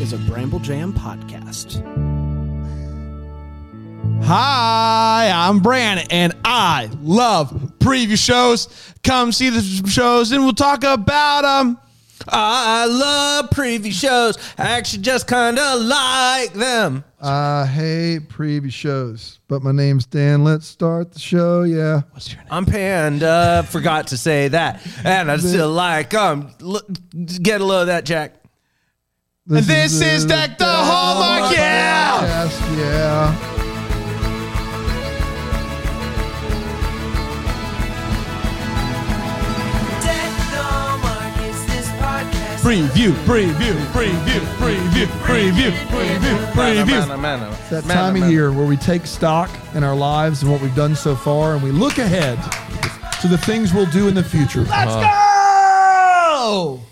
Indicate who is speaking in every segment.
Speaker 1: is a Bramble Jam podcast.
Speaker 2: Hi, I'm Brandon, and I love preview shows. Come see the shows, and we'll talk about them.
Speaker 3: um, I love preview shows. I actually just kind of like them.
Speaker 4: I hate preview shows, but my name's Dan. Let's start the show. Yeah.
Speaker 3: I'm Panda. Forgot to say that. And I still like them. Get a load of that, Jack.
Speaker 2: This, is, Deck the Hallmark, yeah!
Speaker 4: Podcast, yeah.
Speaker 5: Technomark is this podcast.
Speaker 2: Preview, preview, preview, preview, preview, preview, preview.
Speaker 4: It's that time of year where we take stock in our lives and what we've done so far, and we look ahead to the things we'll do in the future.
Speaker 2: Let's
Speaker 3: Uh-huh.
Speaker 2: go!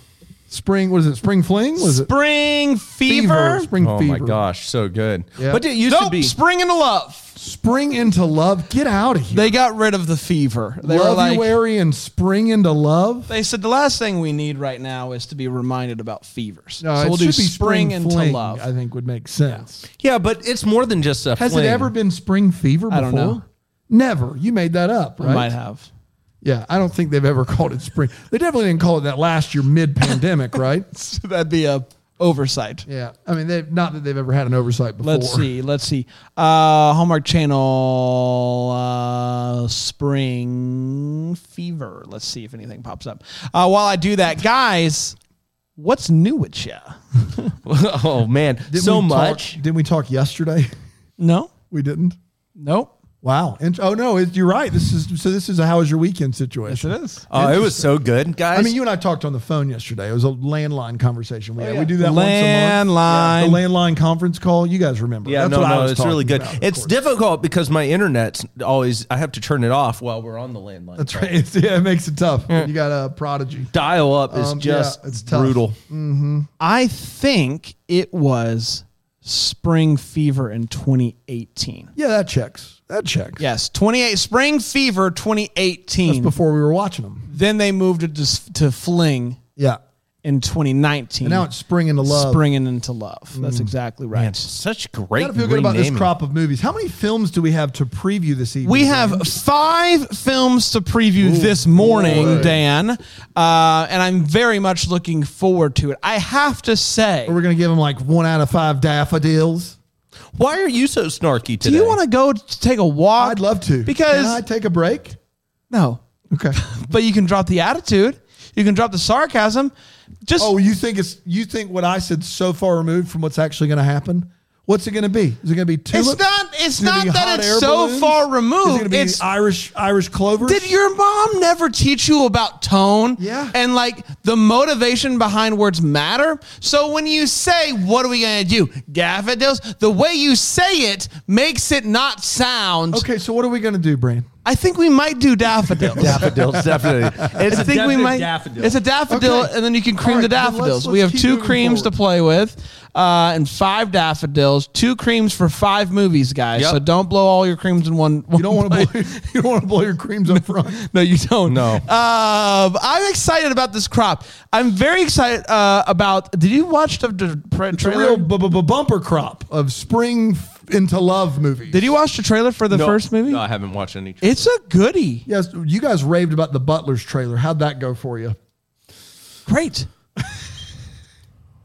Speaker 4: Spring, what is it? Spring fling? Was it
Speaker 2: Oh! Spring fever.
Speaker 4: Spring
Speaker 3: Oh
Speaker 4: fever.
Speaker 3: my gosh, so good.
Speaker 4: Yeah.
Speaker 3: But it used to
Speaker 2: Nope,
Speaker 3: be.
Speaker 2: spring into love.
Speaker 4: Spring into love. Get out of here.
Speaker 2: They got rid of the fever. They were like,
Speaker 4: Lovuary and spring into love.
Speaker 2: they said the last thing we need right now is to be reminded about fevers.
Speaker 4: No,
Speaker 2: so
Speaker 4: it
Speaker 2: we'll do
Speaker 4: should be
Speaker 2: spring into
Speaker 4: fling,
Speaker 2: love.
Speaker 4: I think would make sense.
Speaker 3: yeah, but it's more than just a
Speaker 4: Has
Speaker 3: fling.
Speaker 4: it ever been spring fever before?
Speaker 2: I don't know.
Speaker 4: Never. You made that up,
Speaker 2: We
Speaker 4: right?
Speaker 2: might have.
Speaker 4: Yeah, I don't think they've ever called it spring. They definitely didn't call it that last year mid pandemic, right?
Speaker 2: So that'd be a oversight.
Speaker 4: Yeah. I mean, they've not that they've ever had an oversight before.
Speaker 2: Let's see. Let's see. Uh, Hallmark Channel uh, Spring Fever. Let's see if anything pops up. Uh, while I do that, guys, what's new with ya?
Speaker 3: oh, man.
Speaker 4: Didn't
Speaker 3: so
Speaker 4: we talk-
Speaker 3: much.
Speaker 4: didn't we talk yesterday?
Speaker 2: No,
Speaker 4: We didn't.
Speaker 2: nope.
Speaker 4: Wow. And, oh no, it, you're right. This is so. This is a how was your weekend
Speaker 2: Yes,
Speaker 4: situation.
Speaker 2: it is.
Speaker 3: Oh, it was so good, guys.
Speaker 4: I mean, you and I talked on the phone yesterday. It was a landline conversation
Speaker 3: Oh,
Speaker 4: we had. We do that
Speaker 2: Landline.
Speaker 4: once a month. The landline conference call. You guys remember?
Speaker 3: Yeah,
Speaker 4: That's
Speaker 3: no,
Speaker 4: what I
Speaker 3: no,
Speaker 4: was
Speaker 3: it's really
Speaker 4: talking
Speaker 3: good.
Speaker 4: about, of
Speaker 3: it's
Speaker 4: course.
Speaker 3: difficult because my internet's always. I have to turn it off while we're on the landline.
Speaker 4: That's right. It's, yeah, it makes it tough. You got a prodigy.
Speaker 3: Dial up is
Speaker 4: Um, yeah,
Speaker 3: just
Speaker 4: it's tough.
Speaker 3: brutal.
Speaker 2: I think it was Spring Fever in 2018.
Speaker 4: Yeah, that checks. That checks.
Speaker 2: Yes, 28 Spring Fever 2018.
Speaker 4: That's before we were watching them.
Speaker 2: Then they moved it to, to Fling
Speaker 4: Yeah.
Speaker 2: in 2019.
Speaker 4: And now it's spring into love. Mm.
Speaker 2: Springing into love. That's exactly right.
Speaker 3: Such great.
Speaker 4: Gotta feel good about this
Speaker 3: renaming.
Speaker 4: crop of movies. How many films do we have to preview this evening?
Speaker 2: We
Speaker 4: Ryan?
Speaker 2: have five films to preview this morning, Dan, uh, and I'm very much looking forward to it. I have to say,
Speaker 4: We're gonna give them like one out of five daffodils.
Speaker 3: Why are you so snarky today?
Speaker 2: do you want to go to take a walk?
Speaker 4: I'd love to.
Speaker 2: Because-
Speaker 4: can I take a break?
Speaker 2: no,
Speaker 4: Okay.
Speaker 2: but you can drop the attitude, you can drop the sarcasm. Just
Speaker 4: oh, you think it's you think what I said so far removed from what's actually gonna happen? What's it gonna be? Is it gonna be tulips?
Speaker 2: it's not. It's
Speaker 4: Is it gonna
Speaker 2: not
Speaker 4: be
Speaker 2: that
Speaker 4: hot
Speaker 2: it's
Speaker 4: air
Speaker 2: so
Speaker 4: balloons?
Speaker 2: far
Speaker 4: Is it gonna
Speaker 2: removed.
Speaker 4: be
Speaker 2: It's
Speaker 4: Irish Irish clover.
Speaker 2: Did your mom never teach you about tone?
Speaker 4: Yeah.
Speaker 2: And like the motivation behind words matter. So when you say, what are we going to do? Daffodils, the way you say it makes it not sound.
Speaker 4: Okay, so what are we gonna do, Brian?
Speaker 2: I think we might do daffodils.
Speaker 3: daffodils? Definitely. It's
Speaker 2: I
Speaker 3: a
Speaker 2: think we
Speaker 3: definite
Speaker 2: might.
Speaker 3: daffodil.
Speaker 2: It's a daffodil,
Speaker 4: Okay.
Speaker 2: and then you can cream
Speaker 4: All
Speaker 2: the
Speaker 4: right, then let's-
Speaker 2: daffodils.
Speaker 4: let's
Speaker 2: we have
Speaker 4: keep
Speaker 2: two
Speaker 4: moving
Speaker 2: creams to
Speaker 4: forward.
Speaker 2: play with, uh, and five daffodils. Two creams for five movies, guys.
Speaker 3: Yep.
Speaker 2: So don't blow all your creams in one.
Speaker 4: You don't want to blow you don't want to blow your creams up front.
Speaker 2: No, you don't.
Speaker 3: No.
Speaker 2: Um, I'm excited about this crop. I'm very excited uh, about. Did you watch the, the pr-
Speaker 4: It's a
Speaker 2: trailer?
Speaker 4: real bu- bu- bu- bumper crop of spring f- into love movies.
Speaker 2: Did you watch the trailer for the
Speaker 3: No,
Speaker 2: first movie?
Speaker 3: No, I haven't watched any.
Speaker 2: it's a goodie.
Speaker 4: Yes, you guys raved about the Butler's trailer. How'd that go for you?
Speaker 2: Great.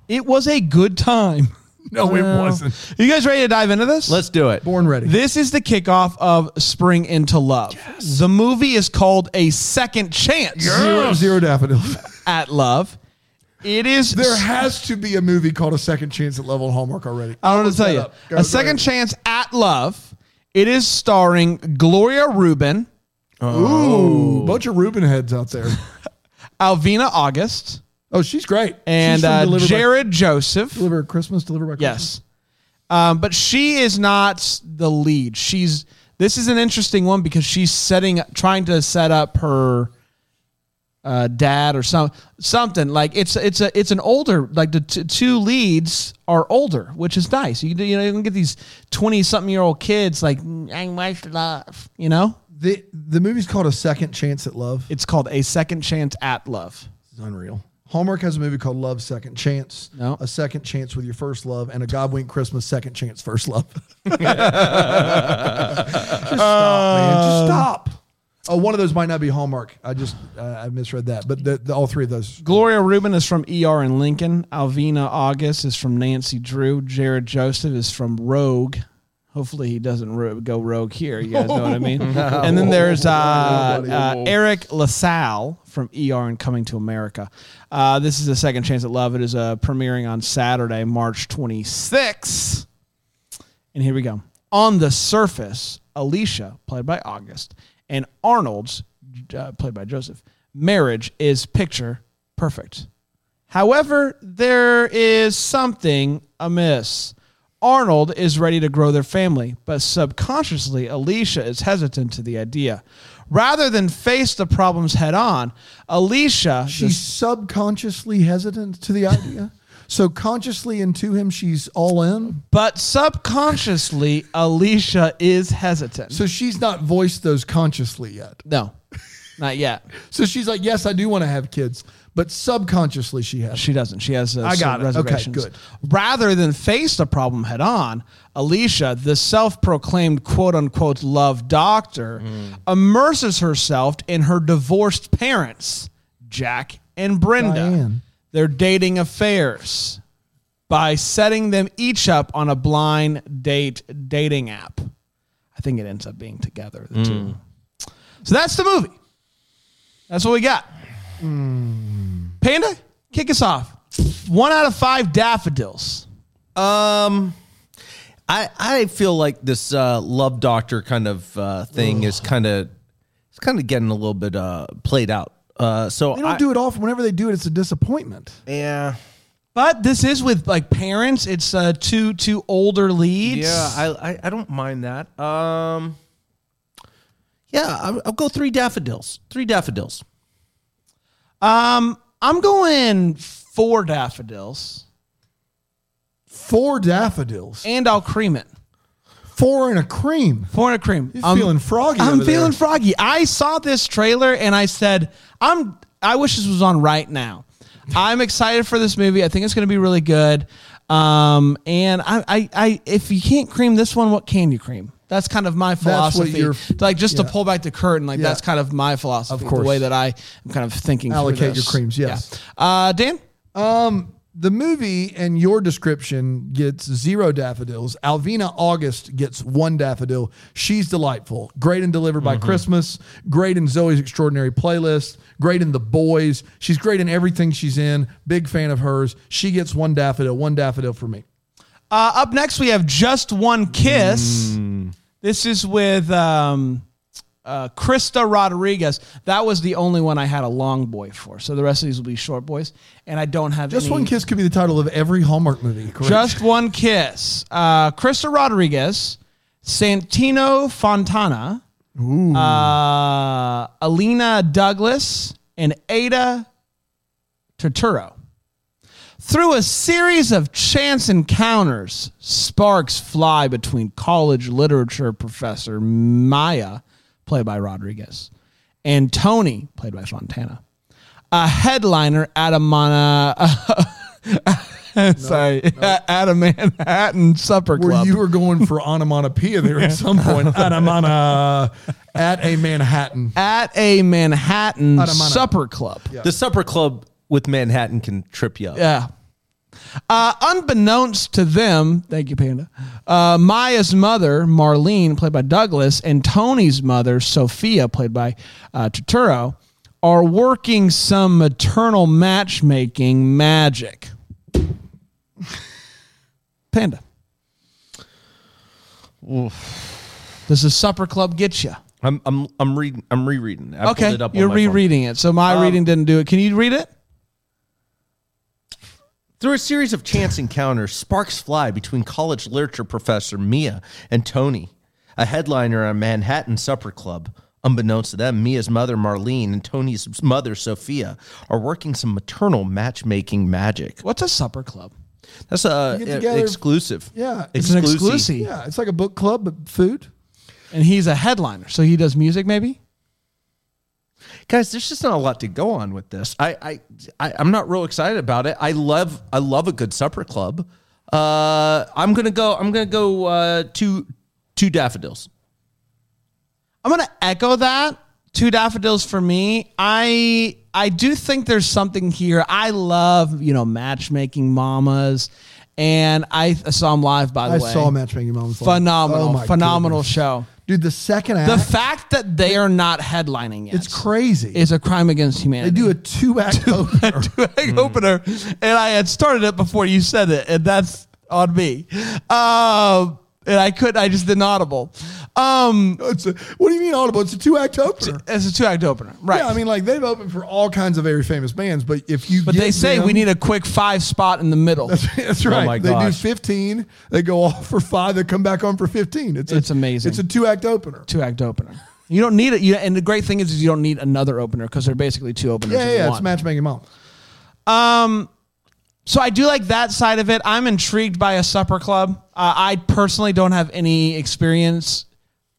Speaker 2: it was a good time.
Speaker 4: No, it wasn't.
Speaker 2: You guys ready to dive into this?
Speaker 3: Let's do it.
Speaker 4: Born ready.
Speaker 2: This is the kickoff of Spring into Love. The movie is called A Second Chance
Speaker 4: zero, zero daffodils.
Speaker 2: at Love. It is
Speaker 4: there has to be a movie called A Second Chance at Level Hallmark already.
Speaker 2: I don't know to tell you.
Speaker 4: up. Go-
Speaker 2: a
Speaker 4: go
Speaker 2: second
Speaker 4: ahead.
Speaker 2: chance at love. It is starring Gloria Rubin, Oh.
Speaker 4: Ooh, bunch of Reuben heads out there.
Speaker 2: Alvina August,
Speaker 4: Oh, she's great.
Speaker 2: and
Speaker 4: she's from
Speaker 2: uh,
Speaker 4: Delivered by-
Speaker 2: Jared Joseph.
Speaker 4: Delivered at Christmas, delivered by
Speaker 2: Yes,
Speaker 4: Christmas.
Speaker 2: um, but she is not the lead. She's this is an interesting one because she's setting, trying to set up her uh, dad or some something like it's it's a it's an older like the t- two leads are older, which is nice. You you know you can get these twenty something year old kids like "Mm, I much love, you know.
Speaker 4: The the movie's called A Second Chance at Love.
Speaker 2: It's called A Second Chance at Love.
Speaker 4: It's unreal. Hallmark has a movie called Love Second Chance.
Speaker 2: No.
Speaker 4: A second chance with your first love and a God Wink Christmas second chance first love. Just stop, man. Just stop. Uh, Oh, one of those might not be Hallmark. I just uh, I misread that, but the, the, all three of those.
Speaker 2: Gloria Rubin is from ER in Lincoln. Alvina August is from Nancy Drew. Jared Joseph is from Rogue. Hopefully he doesn't ro- go rogue here. You guys know what I mean. And then there's uh, uh, Eric LaSalle from ER and Coming to America. Uh, this is a second chance at love. It is uh, premiering on Saturday, March 26th. And here we go. On the surface, Alicia, played by August, and Arnold's, uh, played by Joseph, marriage is picture perfect. However, there is something amiss. Arnold is ready to grow their family, but subconsciously, Alicia is hesitant to the idea. Rather than face the problems head on, Alicia.
Speaker 4: She's subconsciously hesitant to the idea. so consciously and to him, she's all in.
Speaker 2: but subconsciously, Alicia is hesitant.
Speaker 4: So she's not voiced those consciously yet.
Speaker 2: no, not yet.
Speaker 4: So she's like, yes, I do want to have kids, but subconsciously she has.
Speaker 2: She doesn't. She has. Uh,
Speaker 4: I got
Speaker 2: some
Speaker 4: it. Okay,
Speaker 2: reservations.
Speaker 4: good.
Speaker 2: Rather than face the problem head on, Alicia, the self-proclaimed quote-unquote love doctor,
Speaker 4: Mm.
Speaker 2: immerses herself in her divorced parents, Jack and Brenda,
Speaker 4: Diane.
Speaker 2: their dating affairs, by setting them each up on a blind date dating app. I think it ends up being together the
Speaker 4: Mm.
Speaker 2: two. So that's the movie. That's what we got. Panda, kick us off. One out of five daffodils.
Speaker 3: Um, I I feel like this uh, love doctor kind of uh, thing is kind of it's kind of getting a little bit uh, played out. Uh, so
Speaker 4: They don't
Speaker 3: I,
Speaker 4: do it often. Whenever they do it, it's a disappointment.
Speaker 3: yeah,
Speaker 2: But this is with like parents. It's uh, two two older leads.
Speaker 3: yeah. I, I I don't mind that. Um, yeah, I'll, I'll go three daffodils. Three daffodils.
Speaker 2: um, I'm going four daffodils,
Speaker 4: Four daffodils,
Speaker 2: and I'll cream it.
Speaker 4: four and a cream.
Speaker 2: Four and a cream.
Speaker 4: You're feeling froggy
Speaker 2: I'm
Speaker 4: over there.
Speaker 2: feeling froggy. I saw this trailer and I said, "I'm. I wish this was on right now. I'm excited for this movie. I think it's going to be really good. Um, and I, I, I, if you can't cream this one, what can you cream? That's kind of my
Speaker 4: what
Speaker 2: philosophy.
Speaker 4: you're-
Speaker 2: like just
Speaker 4: yeah.
Speaker 2: to pull back the curtain. Like
Speaker 4: Yeah.
Speaker 2: that's kind of my philosophy.
Speaker 4: Of course.
Speaker 2: the way that I am kind of thinking. through
Speaker 4: Allocate your
Speaker 2: this.
Speaker 4: creams, yes.
Speaker 2: Yeah. Uh, Dan.
Speaker 4: The movie and your description gets zero daffodils. Alvina August gets one daffodil. She's delightful. Great in Delivered by
Speaker 2: Mm-hmm.
Speaker 4: Christmas. Great in Zoe's Extraordinary Playlist. Great in The Boys. She's great in everything she's in. Big fan of hers. She gets one daffodil. One daffodil for me.
Speaker 2: Uh, up next, we have Just One Kiss.
Speaker 4: Mm.
Speaker 2: This is with um, uh, Krista Rodriguez. That was the only one I had a long boy for. So the rest of these will be short boys. And I don't have
Speaker 4: Just
Speaker 2: any-
Speaker 4: one kiss could be the title of every Hallmark movie. Correct?
Speaker 2: Just One Kiss. Uh, Krista Rodriguez, Santino Fontana, uh, Alina Douglas, and Ada Turturro. Through a series of chance encounters, sparks fly between college literature professor Maya, played by Rodriguez, and Tony, played by Fontana. A headliner at a mana, sorry, at a Manhattan supper
Speaker 4: where
Speaker 2: club.
Speaker 4: you were going for onomatopoeia there at some point. Adamana at a Manhattan.
Speaker 2: at a Manhattan
Speaker 4: At a mana.
Speaker 2: supper club. Yeah.
Speaker 3: The supper club with Manhattan can trip you up.
Speaker 2: Uh, unbeknownst to them, thank you, Panda. Uh, Maya's mother, Marlene, played by Douglas, and Tony's mother, Sophia, played by uh, Turturro, are working some maternal matchmaking magic. Panda. Does the supper club get you?
Speaker 3: I'm I'm I'm reading. I'm rereading. I pulled
Speaker 2: Okay,
Speaker 3: it up on
Speaker 2: you're
Speaker 3: my phone. Um,
Speaker 2: rereading it. So my reading didn't do it. Can you read it?
Speaker 3: Through a series of chance encounters, sparks fly between college literature professor Mia and Tony, a headliner at a Manhattan supper club. Unbeknownst to them, Mia's mother Marlene and Tony's mother Sophia are working some maternal matchmaking magic.
Speaker 2: What's a supper club?
Speaker 3: That's a
Speaker 4: You get together-
Speaker 3: exclusive.
Speaker 4: Yeah.
Speaker 2: It's an
Speaker 3: Exclusive.
Speaker 2: exclusive.
Speaker 4: Yeah, it's like a book club, but food.
Speaker 2: And he's a headliner. So he does music maybe?
Speaker 3: guys there's just not a lot to go on with this I, I i i'm not real excited about it i love i love a good supper club uh i'm gonna go i'm gonna go uh two two daffodils
Speaker 2: I'm gonna echo that. Two daffodils for me. I I do think there's something here. I love you know matchmaking mamas, and I, th- saw him live by the
Speaker 4: I
Speaker 2: way.
Speaker 4: saw matchmaking moments.
Speaker 2: Phenomenal, phenomenal show.
Speaker 4: Oh dude. The second
Speaker 2: The
Speaker 4: act,
Speaker 2: fact that they are not headlining yet
Speaker 4: it's crazy.
Speaker 2: is a crime against humanity.
Speaker 4: they do a Mm. two act opener.
Speaker 2: two-egg opener, and I had started it before you said it, and that's on me. Um, and I could, I just didn't audible. Um,
Speaker 4: It's a- what do you mean audible? It's a two act opener.
Speaker 2: it's a two-act opener, right?
Speaker 4: Yeah, I mean, like they've opened for all kinds of very famous bands, but if you
Speaker 2: But
Speaker 4: get
Speaker 2: they say
Speaker 4: them-
Speaker 2: we need a Oh quick five spot in the middle.
Speaker 4: That's right.
Speaker 3: my
Speaker 4: they
Speaker 3: gosh.
Speaker 4: do 15. They go off for five. They come back on for 15. It's, a-
Speaker 2: It's amazing.
Speaker 4: It's a two act opener.
Speaker 2: Two act opener. You don't need it. You, and the great thing is, is you don't need another opener because they're basically two openers.
Speaker 4: Yeah, yeah,
Speaker 2: in
Speaker 4: yeah,
Speaker 2: one.
Speaker 4: it's matchmaking mom.
Speaker 2: So I do like that side of it. I'm intrigued by a supper club. Uh, I personally don't have any experience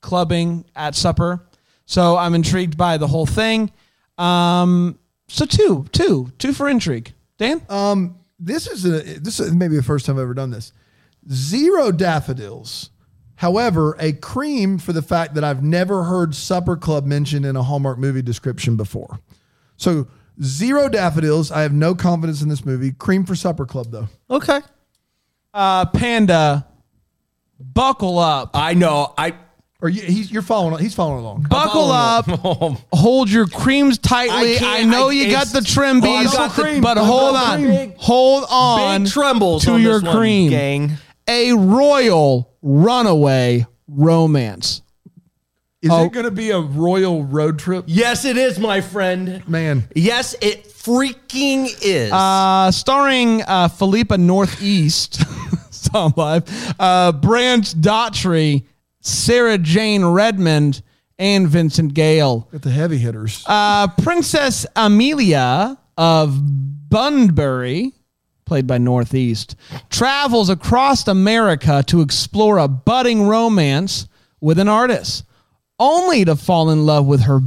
Speaker 2: clubbing at supper, so I'm intrigued by the whole thing. Um, so two, two, two for intrigue. Dan,
Speaker 4: Uh, This is a, this is maybe the first time I've ever done this. Zero daffodils. However, a cream for the fact that I've never heard supper club mentioned in a Hallmark movie description before. So zero daffodils. I have no confidence in this movie. Cream for supper club though.
Speaker 3: okay
Speaker 2: uh, Panda, buckle up,
Speaker 3: i know i
Speaker 4: Or you, he's, you're following. He's following along.
Speaker 2: buckle up,
Speaker 3: oh,
Speaker 2: hold your creams tightly. I,
Speaker 3: can't-
Speaker 2: know
Speaker 3: I-
Speaker 2: you got
Speaker 3: it's-
Speaker 2: the trim
Speaker 3: Well, I
Speaker 2: bees,
Speaker 3: got the-
Speaker 2: but
Speaker 4: I got
Speaker 2: hold
Speaker 4: the
Speaker 2: on,
Speaker 4: cream.
Speaker 2: hold on,
Speaker 3: big trembles
Speaker 2: to
Speaker 3: on
Speaker 2: your
Speaker 3: this one,
Speaker 2: cream,
Speaker 3: gang
Speaker 2: a royal runaway romance.
Speaker 4: Is
Speaker 2: Oh.
Speaker 4: it going to be a royal road trip?
Speaker 3: yes it is my friend
Speaker 4: Man,
Speaker 3: yes it freaking is
Speaker 2: Uh, starring uh, Philippa Northeast, Tom Live, uh, Branch Daughtry, Sarah Jane Redmond, and Vincent Gale.
Speaker 4: Got the heavy hitters.
Speaker 2: Uh, Princess Amelia of Bunbury, played by Northeast, travels across America to explore a budding romance with an artist, only to fall in love with her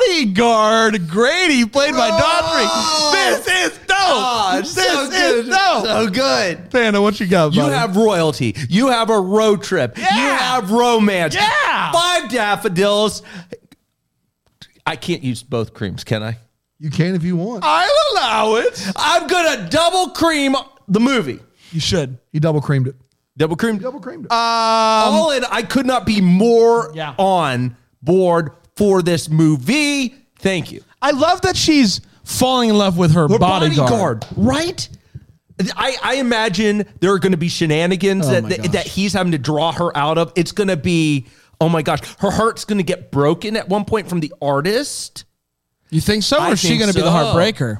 Speaker 2: bodyguard, Grady, played by Daughtry. This is dope. this is dope.
Speaker 3: Ah, so good
Speaker 2: Panda, what you got, buddy?
Speaker 3: You have royalty. You have a road trip. You have romance.
Speaker 2: Yeah.
Speaker 3: Five daffodils. I can't use both creams, can I?
Speaker 4: you can if you want.
Speaker 2: I'll allow it.
Speaker 3: I'm gonna double cream the movie.
Speaker 2: You should.
Speaker 4: He double creamed it.
Speaker 3: Double cream.
Speaker 4: Double creamed it.
Speaker 3: All in. I could not be more
Speaker 2: Um, Yeah.
Speaker 3: on board for this movie. Thank you.
Speaker 2: I love that she's falling in love with her,
Speaker 3: Her
Speaker 2: bodyguard.
Speaker 3: right? I, I imagine there are going to be shenanigans that,
Speaker 2: Oh my
Speaker 3: that
Speaker 2: gosh.
Speaker 3: that he's having to draw her out of. It's going to be oh my gosh, her heart's going to get broken at one point from the artist.
Speaker 2: You think so,
Speaker 3: I
Speaker 2: or is she
Speaker 3: think
Speaker 2: going to be the
Speaker 3: so.
Speaker 2: heartbreaker?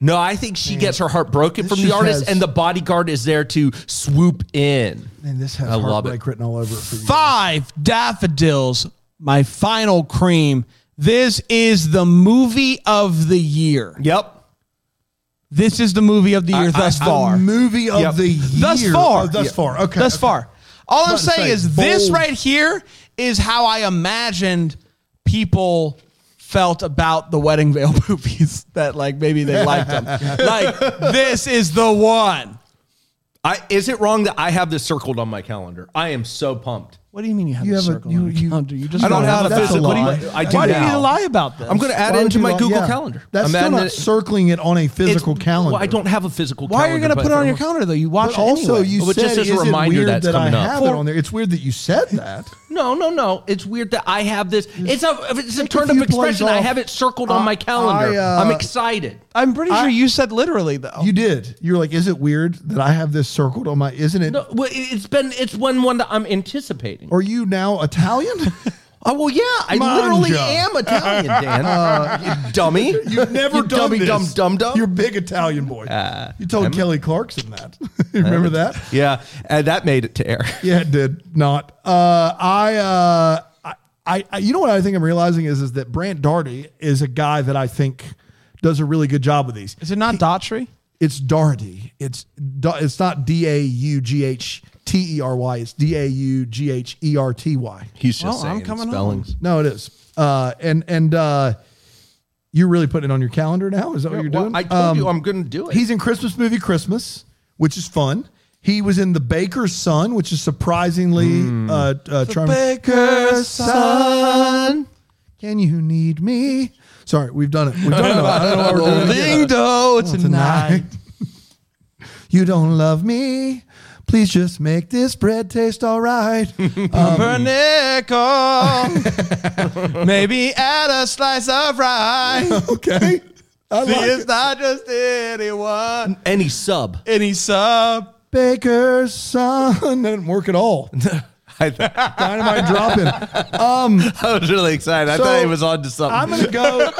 Speaker 3: No, I think she gets her heart broken from
Speaker 4: just
Speaker 3: the artist,
Speaker 4: has-
Speaker 3: and the bodyguard is there to swoop in.
Speaker 4: and this has
Speaker 3: I love
Speaker 4: heartbreak written all over it for you.
Speaker 2: Five daffodils, my final cream. This is the movie of the year.
Speaker 3: Yep.
Speaker 2: This is the movie of the year thus
Speaker 4: A
Speaker 2: far.
Speaker 4: movie of
Speaker 3: Yep.
Speaker 4: the year.
Speaker 2: Thus far.
Speaker 4: Oh, thus
Speaker 2: Yeah.
Speaker 4: far. Okay.
Speaker 2: thus
Speaker 4: okay.
Speaker 2: far. All I'm
Speaker 4: About to
Speaker 2: saying
Speaker 4: say,
Speaker 2: is this
Speaker 4: bold.
Speaker 2: right here is how I imagined people felt about the Wedding Veil movies that like maybe they liked them. like this is the one.
Speaker 3: I, is it wrong that I have this circled on my calendar? I am so pumped.
Speaker 2: What do you mean you have
Speaker 4: You
Speaker 2: a
Speaker 4: have a-
Speaker 2: circle?
Speaker 4: you-
Speaker 2: on your
Speaker 4: you-
Speaker 2: calendar? you just
Speaker 3: I don't
Speaker 2: got
Speaker 3: have
Speaker 2: it.
Speaker 3: a
Speaker 4: that's a
Speaker 3: physical.
Speaker 4: lie.
Speaker 3: I do
Speaker 2: Why do you
Speaker 3: now.
Speaker 2: need to lie about this?
Speaker 3: I'm going to add
Speaker 4: Why
Speaker 3: it
Speaker 4: would
Speaker 3: into
Speaker 4: you
Speaker 3: my
Speaker 4: not-
Speaker 3: Google
Speaker 4: yeah.
Speaker 3: calendar.
Speaker 4: That's
Speaker 3: I'm
Speaker 4: still
Speaker 3: adding
Speaker 4: not
Speaker 3: it-
Speaker 4: circling it on a physical
Speaker 3: It's-
Speaker 4: calendar.
Speaker 3: Well, I don't have a physical
Speaker 2: Why are you
Speaker 3: calendar.
Speaker 2: going to
Speaker 3: but
Speaker 2: put it on your
Speaker 3: I'm-
Speaker 2: calendar though? You watch
Speaker 4: But
Speaker 2: it
Speaker 4: also,
Speaker 2: anyway.
Speaker 4: you
Speaker 3: Well, but
Speaker 4: said
Speaker 3: just as a
Speaker 4: is
Speaker 3: reminder,
Speaker 4: it weird
Speaker 3: that's
Speaker 4: that I
Speaker 3: coming up.
Speaker 4: have it on there. It's weird that you said that.
Speaker 3: No, no, no. It's weird that I have this. It's a it's a
Speaker 4: Take a
Speaker 3: turned up
Speaker 4: few
Speaker 3: expression.
Speaker 4: plays
Speaker 3: I
Speaker 4: off.
Speaker 3: have it circled on
Speaker 4: I-
Speaker 3: my calendar.
Speaker 4: I, uh,
Speaker 3: I'm excited.
Speaker 2: I'm pretty sure you said literally though.
Speaker 4: You did. You were like, "Is it weird that I have this circled on my? Isn't it?
Speaker 3: No, well, it- it's been it's one one that I'm anticipating.
Speaker 4: Are you now Italian?
Speaker 3: Oh well, yeah, I
Speaker 4: Manja.
Speaker 3: literally am Italian, Dan. you dummy,
Speaker 4: You've never
Speaker 3: You
Speaker 4: done
Speaker 3: dummy,
Speaker 4: this.
Speaker 3: dumb, dumb, dumb.
Speaker 4: You're a big Italian boy.
Speaker 3: Ah,
Speaker 4: you told Kelly Clarkson that. You Remember that?
Speaker 3: yeah, and that made it to air.
Speaker 4: Yeah, it did not. Uh, I, uh, I- I, I, you know what I think I'm realizing is is that Brant Darty is a guy that I think does a really good job with these.
Speaker 2: Is it not Daughtry?
Speaker 4: It's Darty. It's Da- it's not D A U G H T E R Y. It's D A U G H E R T Y.
Speaker 3: He's
Speaker 2: Well, I'm coming home.
Speaker 4: No, it is. Uh, and and uh, You really putting it on your calendar now? Is that what you're
Speaker 3: Well,
Speaker 4: doing?
Speaker 3: I told
Speaker 4: Um,
Speaker 3: you I'm going to do it.
Speaker 4: He's in Christmas movie Christmas, which is fun. He was in The Baker's Son, which is surprisingly
Speaker 3: Hmm.
Speaker 4: uh, uh, charming.
Speaker 3: Baker's Son.
Speaker 4: Can you need me? Sorry, we've done it. We've done it. I don't know why we're doing it again.
Speaker 3: Ding dong
Speaker 4: Oh, tonight.
Speaker 3: tonight.
Speaker 4: you don't love me. Please just make this bread taste all right.
Speaker 2: Pumpernickel. Maybe add a slice of rye.
Speaker 4: okay. I
Speaker 2: See,
Speaker 4: like
Speaker 2: it's
Speaker 4: it.
Speaker 2: not just anyone.
Speaker 3: Any sub.
Speaker 2: Any sub.
Speaker 4: Baker's son. That didn't work at all.
Speaker 3: I, th- I
Speaker 4: Dynamite drop in.
Speaker 3: was really excited. I
Speaker 4: So,
Speaker 3: thought he was on to something.
Speaker 4: I'm gonna go.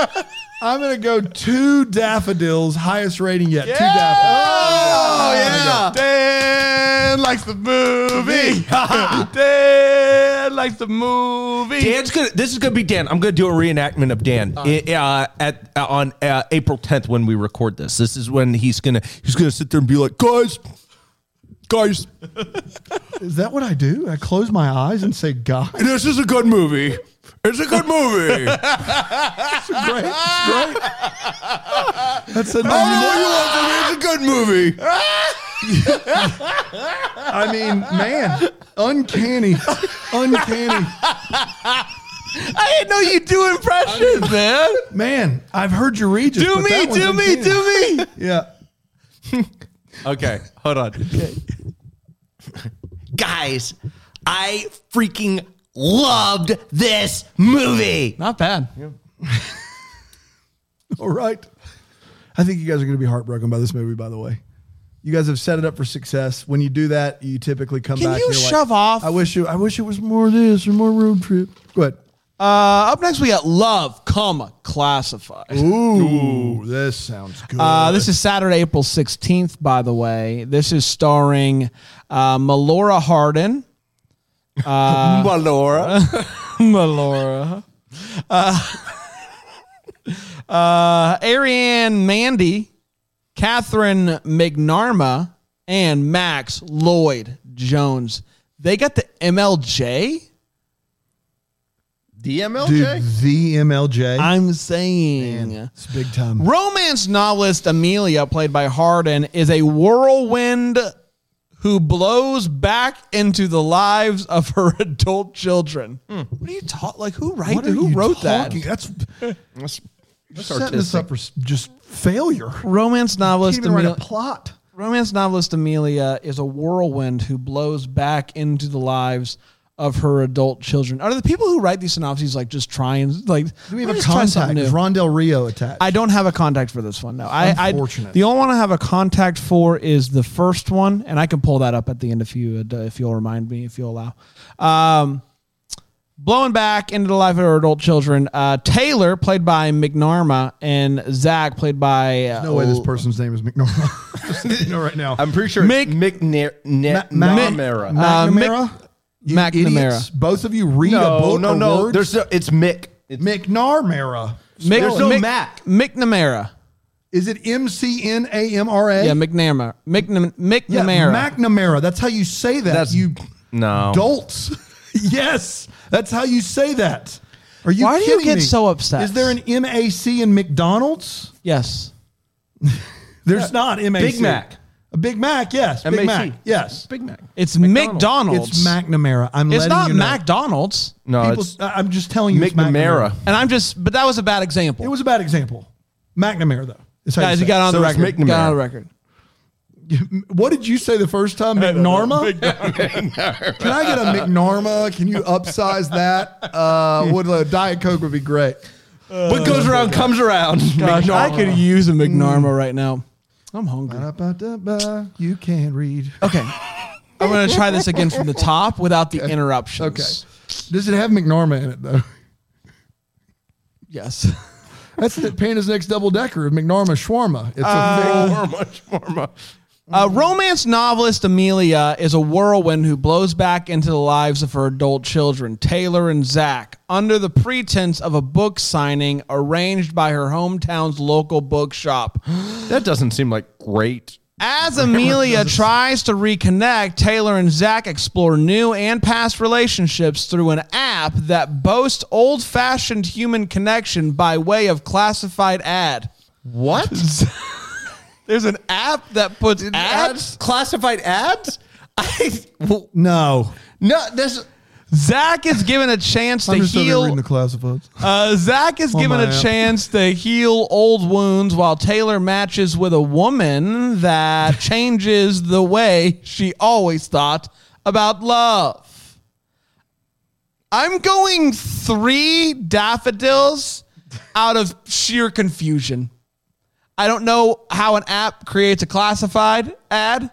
Speaker 4: I'm gonna go two daffodils, highest rating yet. Two
Speaker 2: Oh,
Speaker 4: daffodils.
Speaker 2: yeah. Dan likes the movie. Dan likes the movie.
Speaker 3: Dan's gonna. This is gonna be Dan. I'm gonna do a reenactment of Dan i- uh, at uh, on uh, April 10th when we record this. This is when he's gonna he's gonna sit there and be like, guys, guys,
Speaker 4: Is that what I do? I close my eyes and say God.
Speaker 3: this is a good movie. It's a good movie.
Speaker 4: Great. Great. That's a
Speaker 3: It's a good movie.
Speaker 4: I mean, man, uncanny. Uncanny.
Speaker 2: I didn't know you do impressions, man.
Speaker 4: Man, I've heard your Regis.
Speaker 2: Do
Speaker 4: but
Speaker 2: me,
Speaker 4: that one's
Speaker 2: do me,
Speaker 4: uncanny.
Speaker 2: do me.
Speaker 4: Yeah.
Speaker 3: Okay, hold on. Guys, I freaking loved this movie.
Speaker 2: Not bad.
Speaker 4: All right. I think you guys are going to be heartbroken by this movie, by the way. You guys have set it up for success. When you do that, you typically come
Speaker 2: Can
Speaker 4: back.
Speaker 2: you
Speaker 4: and you're like,
Speaker 2: shove off?
Speaker 4: I wish you. I wish it was more this or more road trip. Go ahead.
Speaker 2: Uh, up next, we got Love, comma, Classified.
Speaker 4: Ooh, this sounds good.
Speaker 2: Uh, this is Saturday, April 16th, by the way. This is starring uh, Melora Hardin. Uh,
Speaker 3: Laura.
Speaker 2: Melora. Uh, uh, Ariane Mandy, Catherine McNarma, and Max Lloyd Jones. They got the MLJ?
Speaker 4: Dude,
Speaker 3: DMLJ.
Speaker 4: the MLJ.
Speaker 2: I'm saying.
Speaker 4: it's big time.
Speaker 2: Romance novelist Amelia, played by Hardin, is a whirlwind who blows back into the lives of her adult children. What are you taught? Like who write?
Speaker 4: Hmm. are
Speaker 2: Who
Speaker 4: you
Speaker 2: wrote
Speaker 4: talking?
Speaker 2: that?
Speaker 4: That's,
Speaker 3: That's
Speaker 4: setting this up for s- just failure. Can't
Speaker 2: Romance novelist
Speaker 4: even write a
Speaker 2: Amelia.
Speaker 4: plot.
Speaker 2: Romance novelist Amelia is a whirlwind who blows back into the lives of her adult children. Are the people who write these synopses like just trying? Like
Speaker 4: Do we
Speaker 2: let
Speaker 4: have
Speaker 2: me
Speaker 4: a
Speaker 2: just try something
Speaker 4: contact? Is
Speaker 2: new.
Speaker 4: Rondell Rio attached?
Speaker 2: I don't have a contact for this one. No, I, I
Speaker 4: Unfortunate.
Speaker 2: the only one I have a contact for is the first one, and I can pull that up at the end if you uh, if you'll remind me if you'll allow. Um, blowing back into the life of her adult children. Uh, Taylor, played by McNarma, and Zach, played by uh,
Speaker 4: no way this person's name is McNorma. Just letting you know right now.
Speaker 3: I'm pretty sure
Speaker 2: Mick-
Speaker 3: it's Mick Na- Na-
Speaker 4: Ma- Ma-
Speaker 3: Namera.
Speaker 2: Uh, Mick-
Speaker 4: McNamara? You
Speaker 2: McNamara.
Speaker 4: idiots. Both of you read a
Speaker 3: no,
Speaker 4: book.
Speaker 3: no,
Speaker 4: or
Speaker 3: no.
Speaker 4: Words?
Speaker 3: There's no, it's Mick. It's
Speaker 4: McNamara.
Speaker 2: Mick,
Speaker 3: There's no Mac.
Speaker 2: McNamara.
Speaker 4: Is it M C N A M R A?
Speaker 2: Yeah, McNamara. McNam-
Speaker 4: Yeah,
Speaker 2: McNamara.
Speaker 4: McNamara. That's how you say that.
Speaker 3: That's-
Speaker 4: you
Speaker 3: no.
Speaker 4: dolts. yes, that's how you say that. Are you?
Speaker 2: Why do you
Speaker 4: kidding
Speaker 2: get
Speaker 4: me?
Speaker 2: so upset?
Speaker 4: Is there an M A C in McDonald's?
Speaker 2: yes.
Speaker 4: There's not M A C.
Speaker 3: Big Mac.
Speaker 4: A Big Mac. Yes. Big
Speaker 3: M.A.C..
Speaker 4: Mac. Yes.
Speaker 3: Big Mac.
Speaker 2: It's McDonald's.
Speaker 4: It's McNamara. I'm
Speaker 2: It's
Speaker 4: letting
Speaker 2: not
Speaker 4: you know.
Speaker 2: McDonald's.
Speaker 3: No,
Speaker 4: People,
Speaker 3: it's
Speaker 4: I- I'm just telling you. it's
Speaker 3: McNamara.
Speaker 2: And I'm just, but that was a bad example.
Speaker 4: It was a bad example. McNamara though. is how
Speaker 2: Guys,
Speaker 4: say
Speaker 2: you got
Speaker 4: it.
Speaker 2: on
Speaker 3: So
Speaker 2: the
Speaker 3: it's
Speaker 2: record.
Speaker 3: McNamara.
Speaker 2: Got on the record.
Speaker 4: What did you say the first time? McNorma? Can I get a McNorma? Can you upsize that? Uh, would a Diet Coke would be great.
Speaker 3: What goes around comes around.
Speaker 2: Uh, Gosh, I
Speaker 3: McNarma.
Speaker 2: could use a McNarma right now. I'm hungry.
Speaker 4: Ba-da-ba-da-ba, You can read.
Speaker 2: Okay. I'm going to try this again from the top without the interruptions.
Speaker 4: Okay. Does it have McNorma in it though?
Speaker 2: Yes.
Speaker 4: That's the Panda's next double decker of McNorma shawarma. It's a big-
Speaker 2: Uh,
Speaker 3: Shwarma, shwarma.
Speaker 2: A Uh, romance novelist Amelia is a whirlwind who blows back into the lives of her adult children, Taylor and Zach, under the pretense of a book signing arranged by her hometown's local bookshop.
Speaker 3: That doesn't seem like great
Speaker 2: As Amelia tries to reconnect, Taylor and Zach explore new and past relationships through an app that boasts old fashioned human connection by way of classified ad.
Speaker 3: What?
Speaker 2: There's an app that puts ads.
Speaker 3: ads? Classified ads? I, well,
Speaker 4: No.
Speaker 3: no, this.
Speaker 2: Zach is given a chance to
Speaker 4: I'm just over here
Speaker 2: heal.
Speaker 4: reading the classifieds.
Speaker 2: Uh, Zach is given
Speaker 4: my
Speaker 2: a
Speaker 4: app.
Speaker 2: chance to heal old wounds while Taylor matches with a woman that changes the way she always thought about love. I'm going three daffodils out of sheer confusion. I don't know how an app creates a classified ad.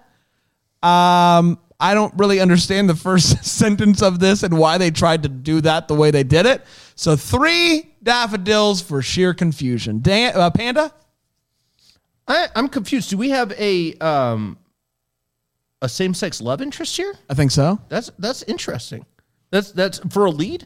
Speaker 2: Um, I don't really understand the first sentence of this and why they tried to do that the way they did it. So three daffodils for sheer confusion. Dan, uh, Panda,
Speaker 3: I, I'm confused. Do we have a um a same sex love interest here?
Speaker 2: I think so.
Speaker 3: That's that's interesting. That's that's for a lead.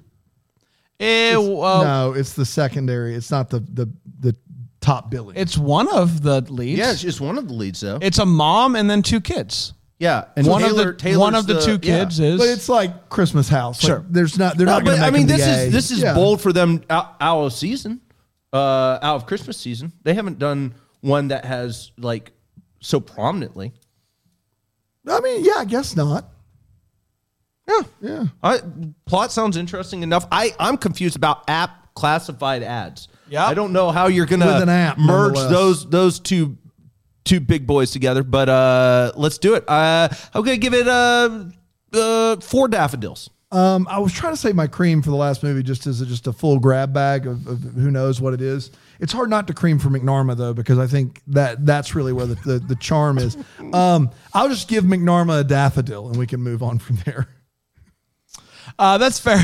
Speaker 2: Eh, well,
Speaker 4: no, it's the secondary. It's not the the the top billing.
Speaker 2: It's one of the leads.
Speaker 3: Yeah, it's just one of the leads though.
Speaker 2: it's a mom and then two kids.
Speaker 3: yeah, and
Speaker 2: one of the
Speaker 3: Taylor's
Speaker 2: one of the, two kids
Speaker 3: Yeah.
Speaker 2: is.
Speaker 4: but it's like Christmas house. Like,
Speaker 2: Sure.
Speaker 4: There's not. They're
Speaker 3: No,
Speaker 4: not going
Speaker 3: but
Speaker 4: to
Speaker 3: I
Speaker 4: make.
Speaker 3: mean,
Speaker 4: them
Speaker 3: this
Speaker 4: the A.
Speaker 3: is this is
Speaker 4: Yeah.
Speaker 3: bold for them out, out of season, uh, out of Christmas season. They haven't done one that has like so prominently.
Speaker 4: I mean, yeah, I guess not.
Speaker 3: Yeah,
Speaker 4: Yeah.
Speaker 3: I, plot sounds interesting enough. I I'm confused about app classified ads.
Speaker 2: Yeah.
Speaker 3: I don't know how you're gonna
Speaker 4: With an app,
Speaker 3: merge
Speaker 4: nonetheless.
Speaker 3: those those two two big boys together. But uh, let's do it. Uh, I'm gonna give it uh, uh, four daffodils.
Speaker 4: Um, I was trying to save my cream for the last movie, just as a, just a full grab bag of, of who knows what it is. It's hard not to cream for McNarma though, because I think that that's really where the, the, the charm is. Um, I'll just give McNarma a daffodil, and we can move on from there.
Speaker 2: uh, that's fair.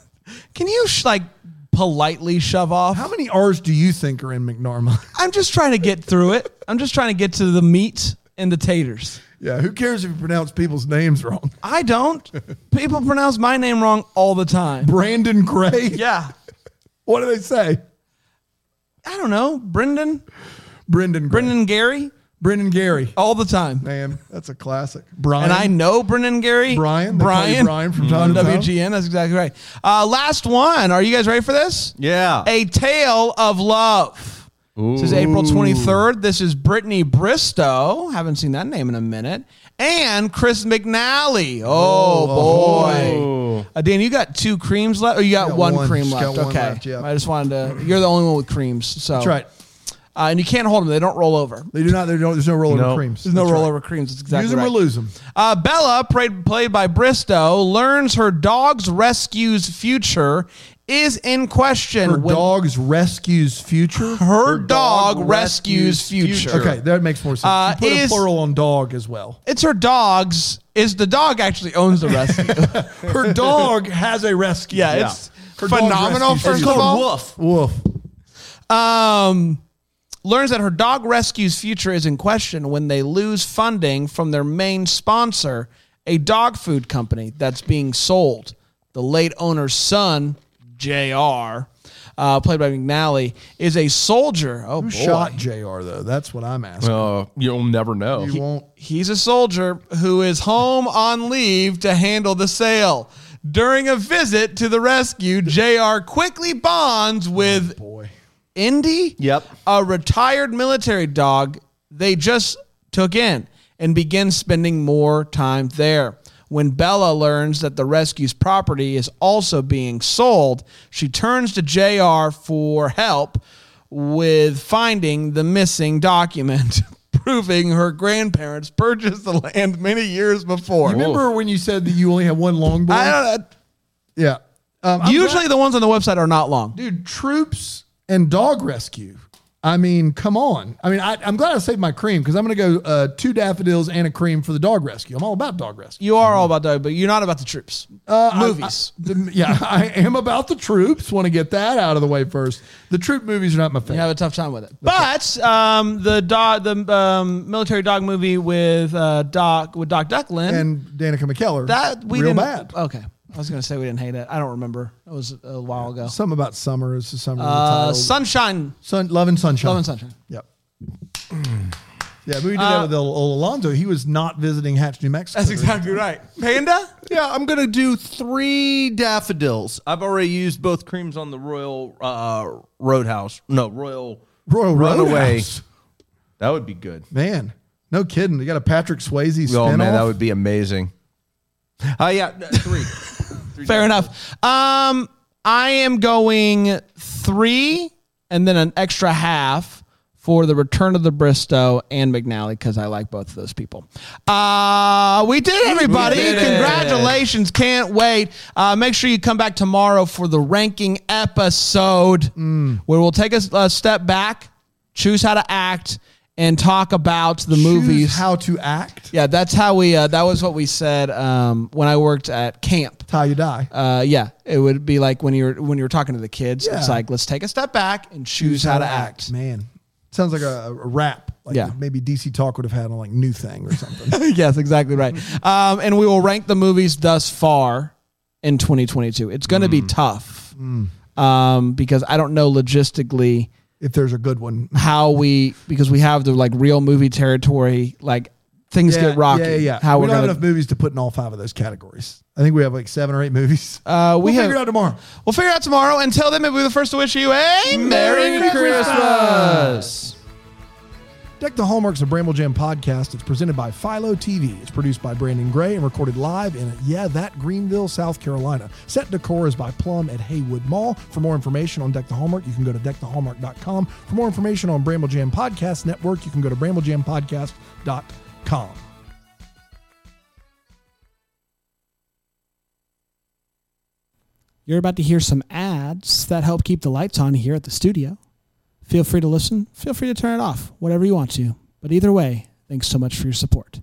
Speaker 2: Can you sh- like politely shove off?
Speaker 4: How many R's do you think are in McNarma?
Speaker 2: I'm just trying to get through it. I'm just trying to get to the meat and the taters.
Speaker 4: yeah, who cares if you pronounce people's names wrong?
Speaker 2: I don't. People pronounce my name wrong all the time.
Speaker 4: Brandon Gray.
Speaker 2: Yeah.
Speaker 4: What do they say?
Speaker 2: I don't know. Brendan,
Speaker 4: Brendan. Gray.
Speaker 2: Brendan Gary,
Speaker 4: Brendan Gary.
Speaker 2: all the time.
Speaker 4: Man, that's a classic. Brian.
Speaker 2: And I know Brendan Gary.
Speaker 4: Brian. They call
Speaker 2: Brian.
Speaker 4: you Brian from
Speaker 2: on
Speaker 4: time to time.
Speaker 2: WGN. That's exactly right. Uh, last one. Are you guys ready for this?
Speaker 3: Yeah.
Speaker 2: A Tale of Love. This is April 23rd. This is Brittany Bristow. Haven't seen that name in a minute. And Chris McNally. Oh,
Speaker 4: Oh,
Speaker 2: boy. Uh, Dan, you got two creams left? Or you got,
Speaker 4: Got
Speaker 2: one,
Speaker 4: one.
Speaker 2: cream
Speaker 4: Just
Speaker 2: left?
Speaker 4: got one
Speaker 2: okay.
Speaker 4: left, yeah.
Speaker 2: I just wanted to. You're the only one with creams. So.
Speaker 4: That's right.
Speaker 2: Uh, and you can't hold them. They don't roll over.
Speaker 4: They do not. They don't. There's no rollover
Speaker 3: No.
Speaker 4: creams.
Speaker 2: There's no
Speaker 4: That's right.
Speaker 2: rollover creams. That's exactly
Speaker 4: Use them
Speaker 2: right.
Speaker 4: or lose them.
Speaker 2: Uh, Bella, played, played by Bristow, learns her dog's rescue's future is in question
Speaker 4: Her
Speaker 2: when
Speaker 4: dog's rescues future.
Speaker 2: her,
Speaker 3: dog
Speaker 2: dog, rescues
Speaker 3: rescues
Speaker 2: future.
Speaker 3: future.
Speaker 4: Okay, that makes more sense.
Speaker 2: Uh,
Speaker 4: you put
Speaker 2: is-
Speaker 4: a plural on dog as well.
Speaker 2: It's her dog's. Is the dog actually owns the rescue?
Speaker 4: Her dog has a rescue.
Speaker 2: yeah, it's phenomenal.
Speaker 4: dog's rescue
Speaker 2: First of
Speaker 4: future.
Speaker 2: all,
Speaker 4: Woof.
Speaker 2: um, learns that her dog rescue's future is in question when they lose funding from their main sponsor, a dog food company that's being sold. The late owner's son, Jr., uh, played by McNally, is a soldier. Oh, boy.
Speaker 4: Shot Jr. Though that's what I'm asking.
Speaker 3: Uh, you'll never know.
Speaker 4: you won't.
Speaker 2: He's a soldier who is home on leave to handle the sale. During a visit to the rescue, JR quickly bonds with
Speaker 4: Boy.
Speaker 2: Indy,
Speaker 3: Yep.
Speaker 2: a retired military dog they just took in, and begins spending more time there. When Bella learns that the rescue's property is also being sold, she turns to JR for help with finding the missing document, proving her grandparents purchased the land many years before.
Speaker 4: Remember when you said that you only had one long boy?
Speaker 2: I don't know.
Speaker 4: yeah. Um, I'm
Speaker 2: Usually, the ones on the website are not long.
Speaker 4: dude, troops and dog rescue. I mean, come on. I mean, I, I'm glad I saved my cream because I'm going to go uh, two daffodils and a cream for the dog rescue. I'm all about dog rescue. Uh,
Speaker 2: You are all about dog, but you're not about the troops. Movies.
Speaker 4: The- yeah, I am about the troops. Want to get that out of the way first. The troop movies are not my favorite.
Speaker 2: You have a tough time with it. But um, the dog, the um, military dog movie with uh, Doc with Doc Ducklin,
Speaker 4: and Danica McKellar.
Speaker 2: that we
Speaker 4: real
Speaker 2: didn't.
Speaker 4: bad.
Speaker 2: Okay, I was gonna say we didn't hate it. I don't remember. It was a while ago.
Speaker 4: Something about summer is the summer. of the
Speaker 2: Uh,
Speaker 4: title.
Speaker 2: Sunshine,
Speaker 4: Sun, love and sunshine.
Speaker 2: Love and Sunshine.
Speaker 4: Yep. Yeah, but we did that with El, El Alonzo. He was not visiting Hatch, New Mexico.
Speaker 2: That's exactly right. Panda?
Speaker 3: Yeah, I'm gonna do three daffodils. I've already used both creams on the Royal uh, Roadhouse. No, Royal
Speaker 4: Royal
Speaker 3: Runaway.
Speaker 4: Roadhouse.
Speaker 3: That would be good.
Speaker 4: Man, no kidding. They got a Patrick Swayze spinoff.
Speaker 3: Oh man, that would be amazing. Oh yeah, th- three. Three
Speaker 2: Fair enough. Um, I am going three and then an extra half for the return of the Bristow and McNally because I like both of those people. Uh, we did, it, everybody.
Speaker 3: did it.
Speaker 2: Congratulations. Can't wait. Uh, make sure you come back tomorrow for the ranking episode where we'll take a, s- a step back, choose how to act, and talk about the
Speaker 4: Choose
Speaker 2: movies.
Speaker 4: How to act.
Speaker 2: yeah, that's how we, uh, that was what we said um, when I worked at camp
Speaker 4: How you die.
Speaker 2: uh, yeah, it would be like when you were when you were talking to the kids.
Speaker 4: Yeah.
Speaker 2: It's like let's take a step back and choose, how, to act.
Speaker 4: Man, sounds like a, a rap. Like
Speaker 2: Yeah.
Speaker 4: Maybe DC Talk would have had a like new thing or something.
Speaker 2: yes, exactly right. Um, and we will rank the movies thus far in 2022. It's going to
Speaker 4: Mm.
Speaker 2: be tough um, because I don't know logistically
Speaker 4: if there's a good one.
Speaker 2: how we because we have the like real movie territory. Like things get rocky.
Speaker 4: Yeah, yeah.
Speaker 2: How
Speaker 4: we
Speaker 2: we
Speaker 4: don't
Speaker 2: are
Speaker 4: have
Speaker 2: going
Speaker 4: enough movies to put in all five of those categories. I think we have like seven or eight movies.
Speaker 2: Uh, we
Speaker 4: we'll
Speaker 2: have-
Speaker 4: figure it out tomorrow.
Speaker 2: We'll figure it out tomorrow. Until then, maybe we're the first to wish you a
Speaker 4: Merry
Speaker 2: Christmas.
Speaker 4: Deck the Hallmarks of Bramble Jam podcast. It's presented by Philo TV. It's produced by Brandon Gray and recorded live in, yeah, that Greenville, South Carolina. Set decor is by Plum at Haywood Mall. For more information on Deck the Hallmark, you can go to deckthehallmark.com. For more information on Bramble Jam Podcast Network, you can go to bramblejampodcast.com.
Speaker 1: You're about to hear some ads that help keep the lights on here at the studio. Feel free to listen, feel free to turn it off, whatever you want to. But either way, thanks so much for your support.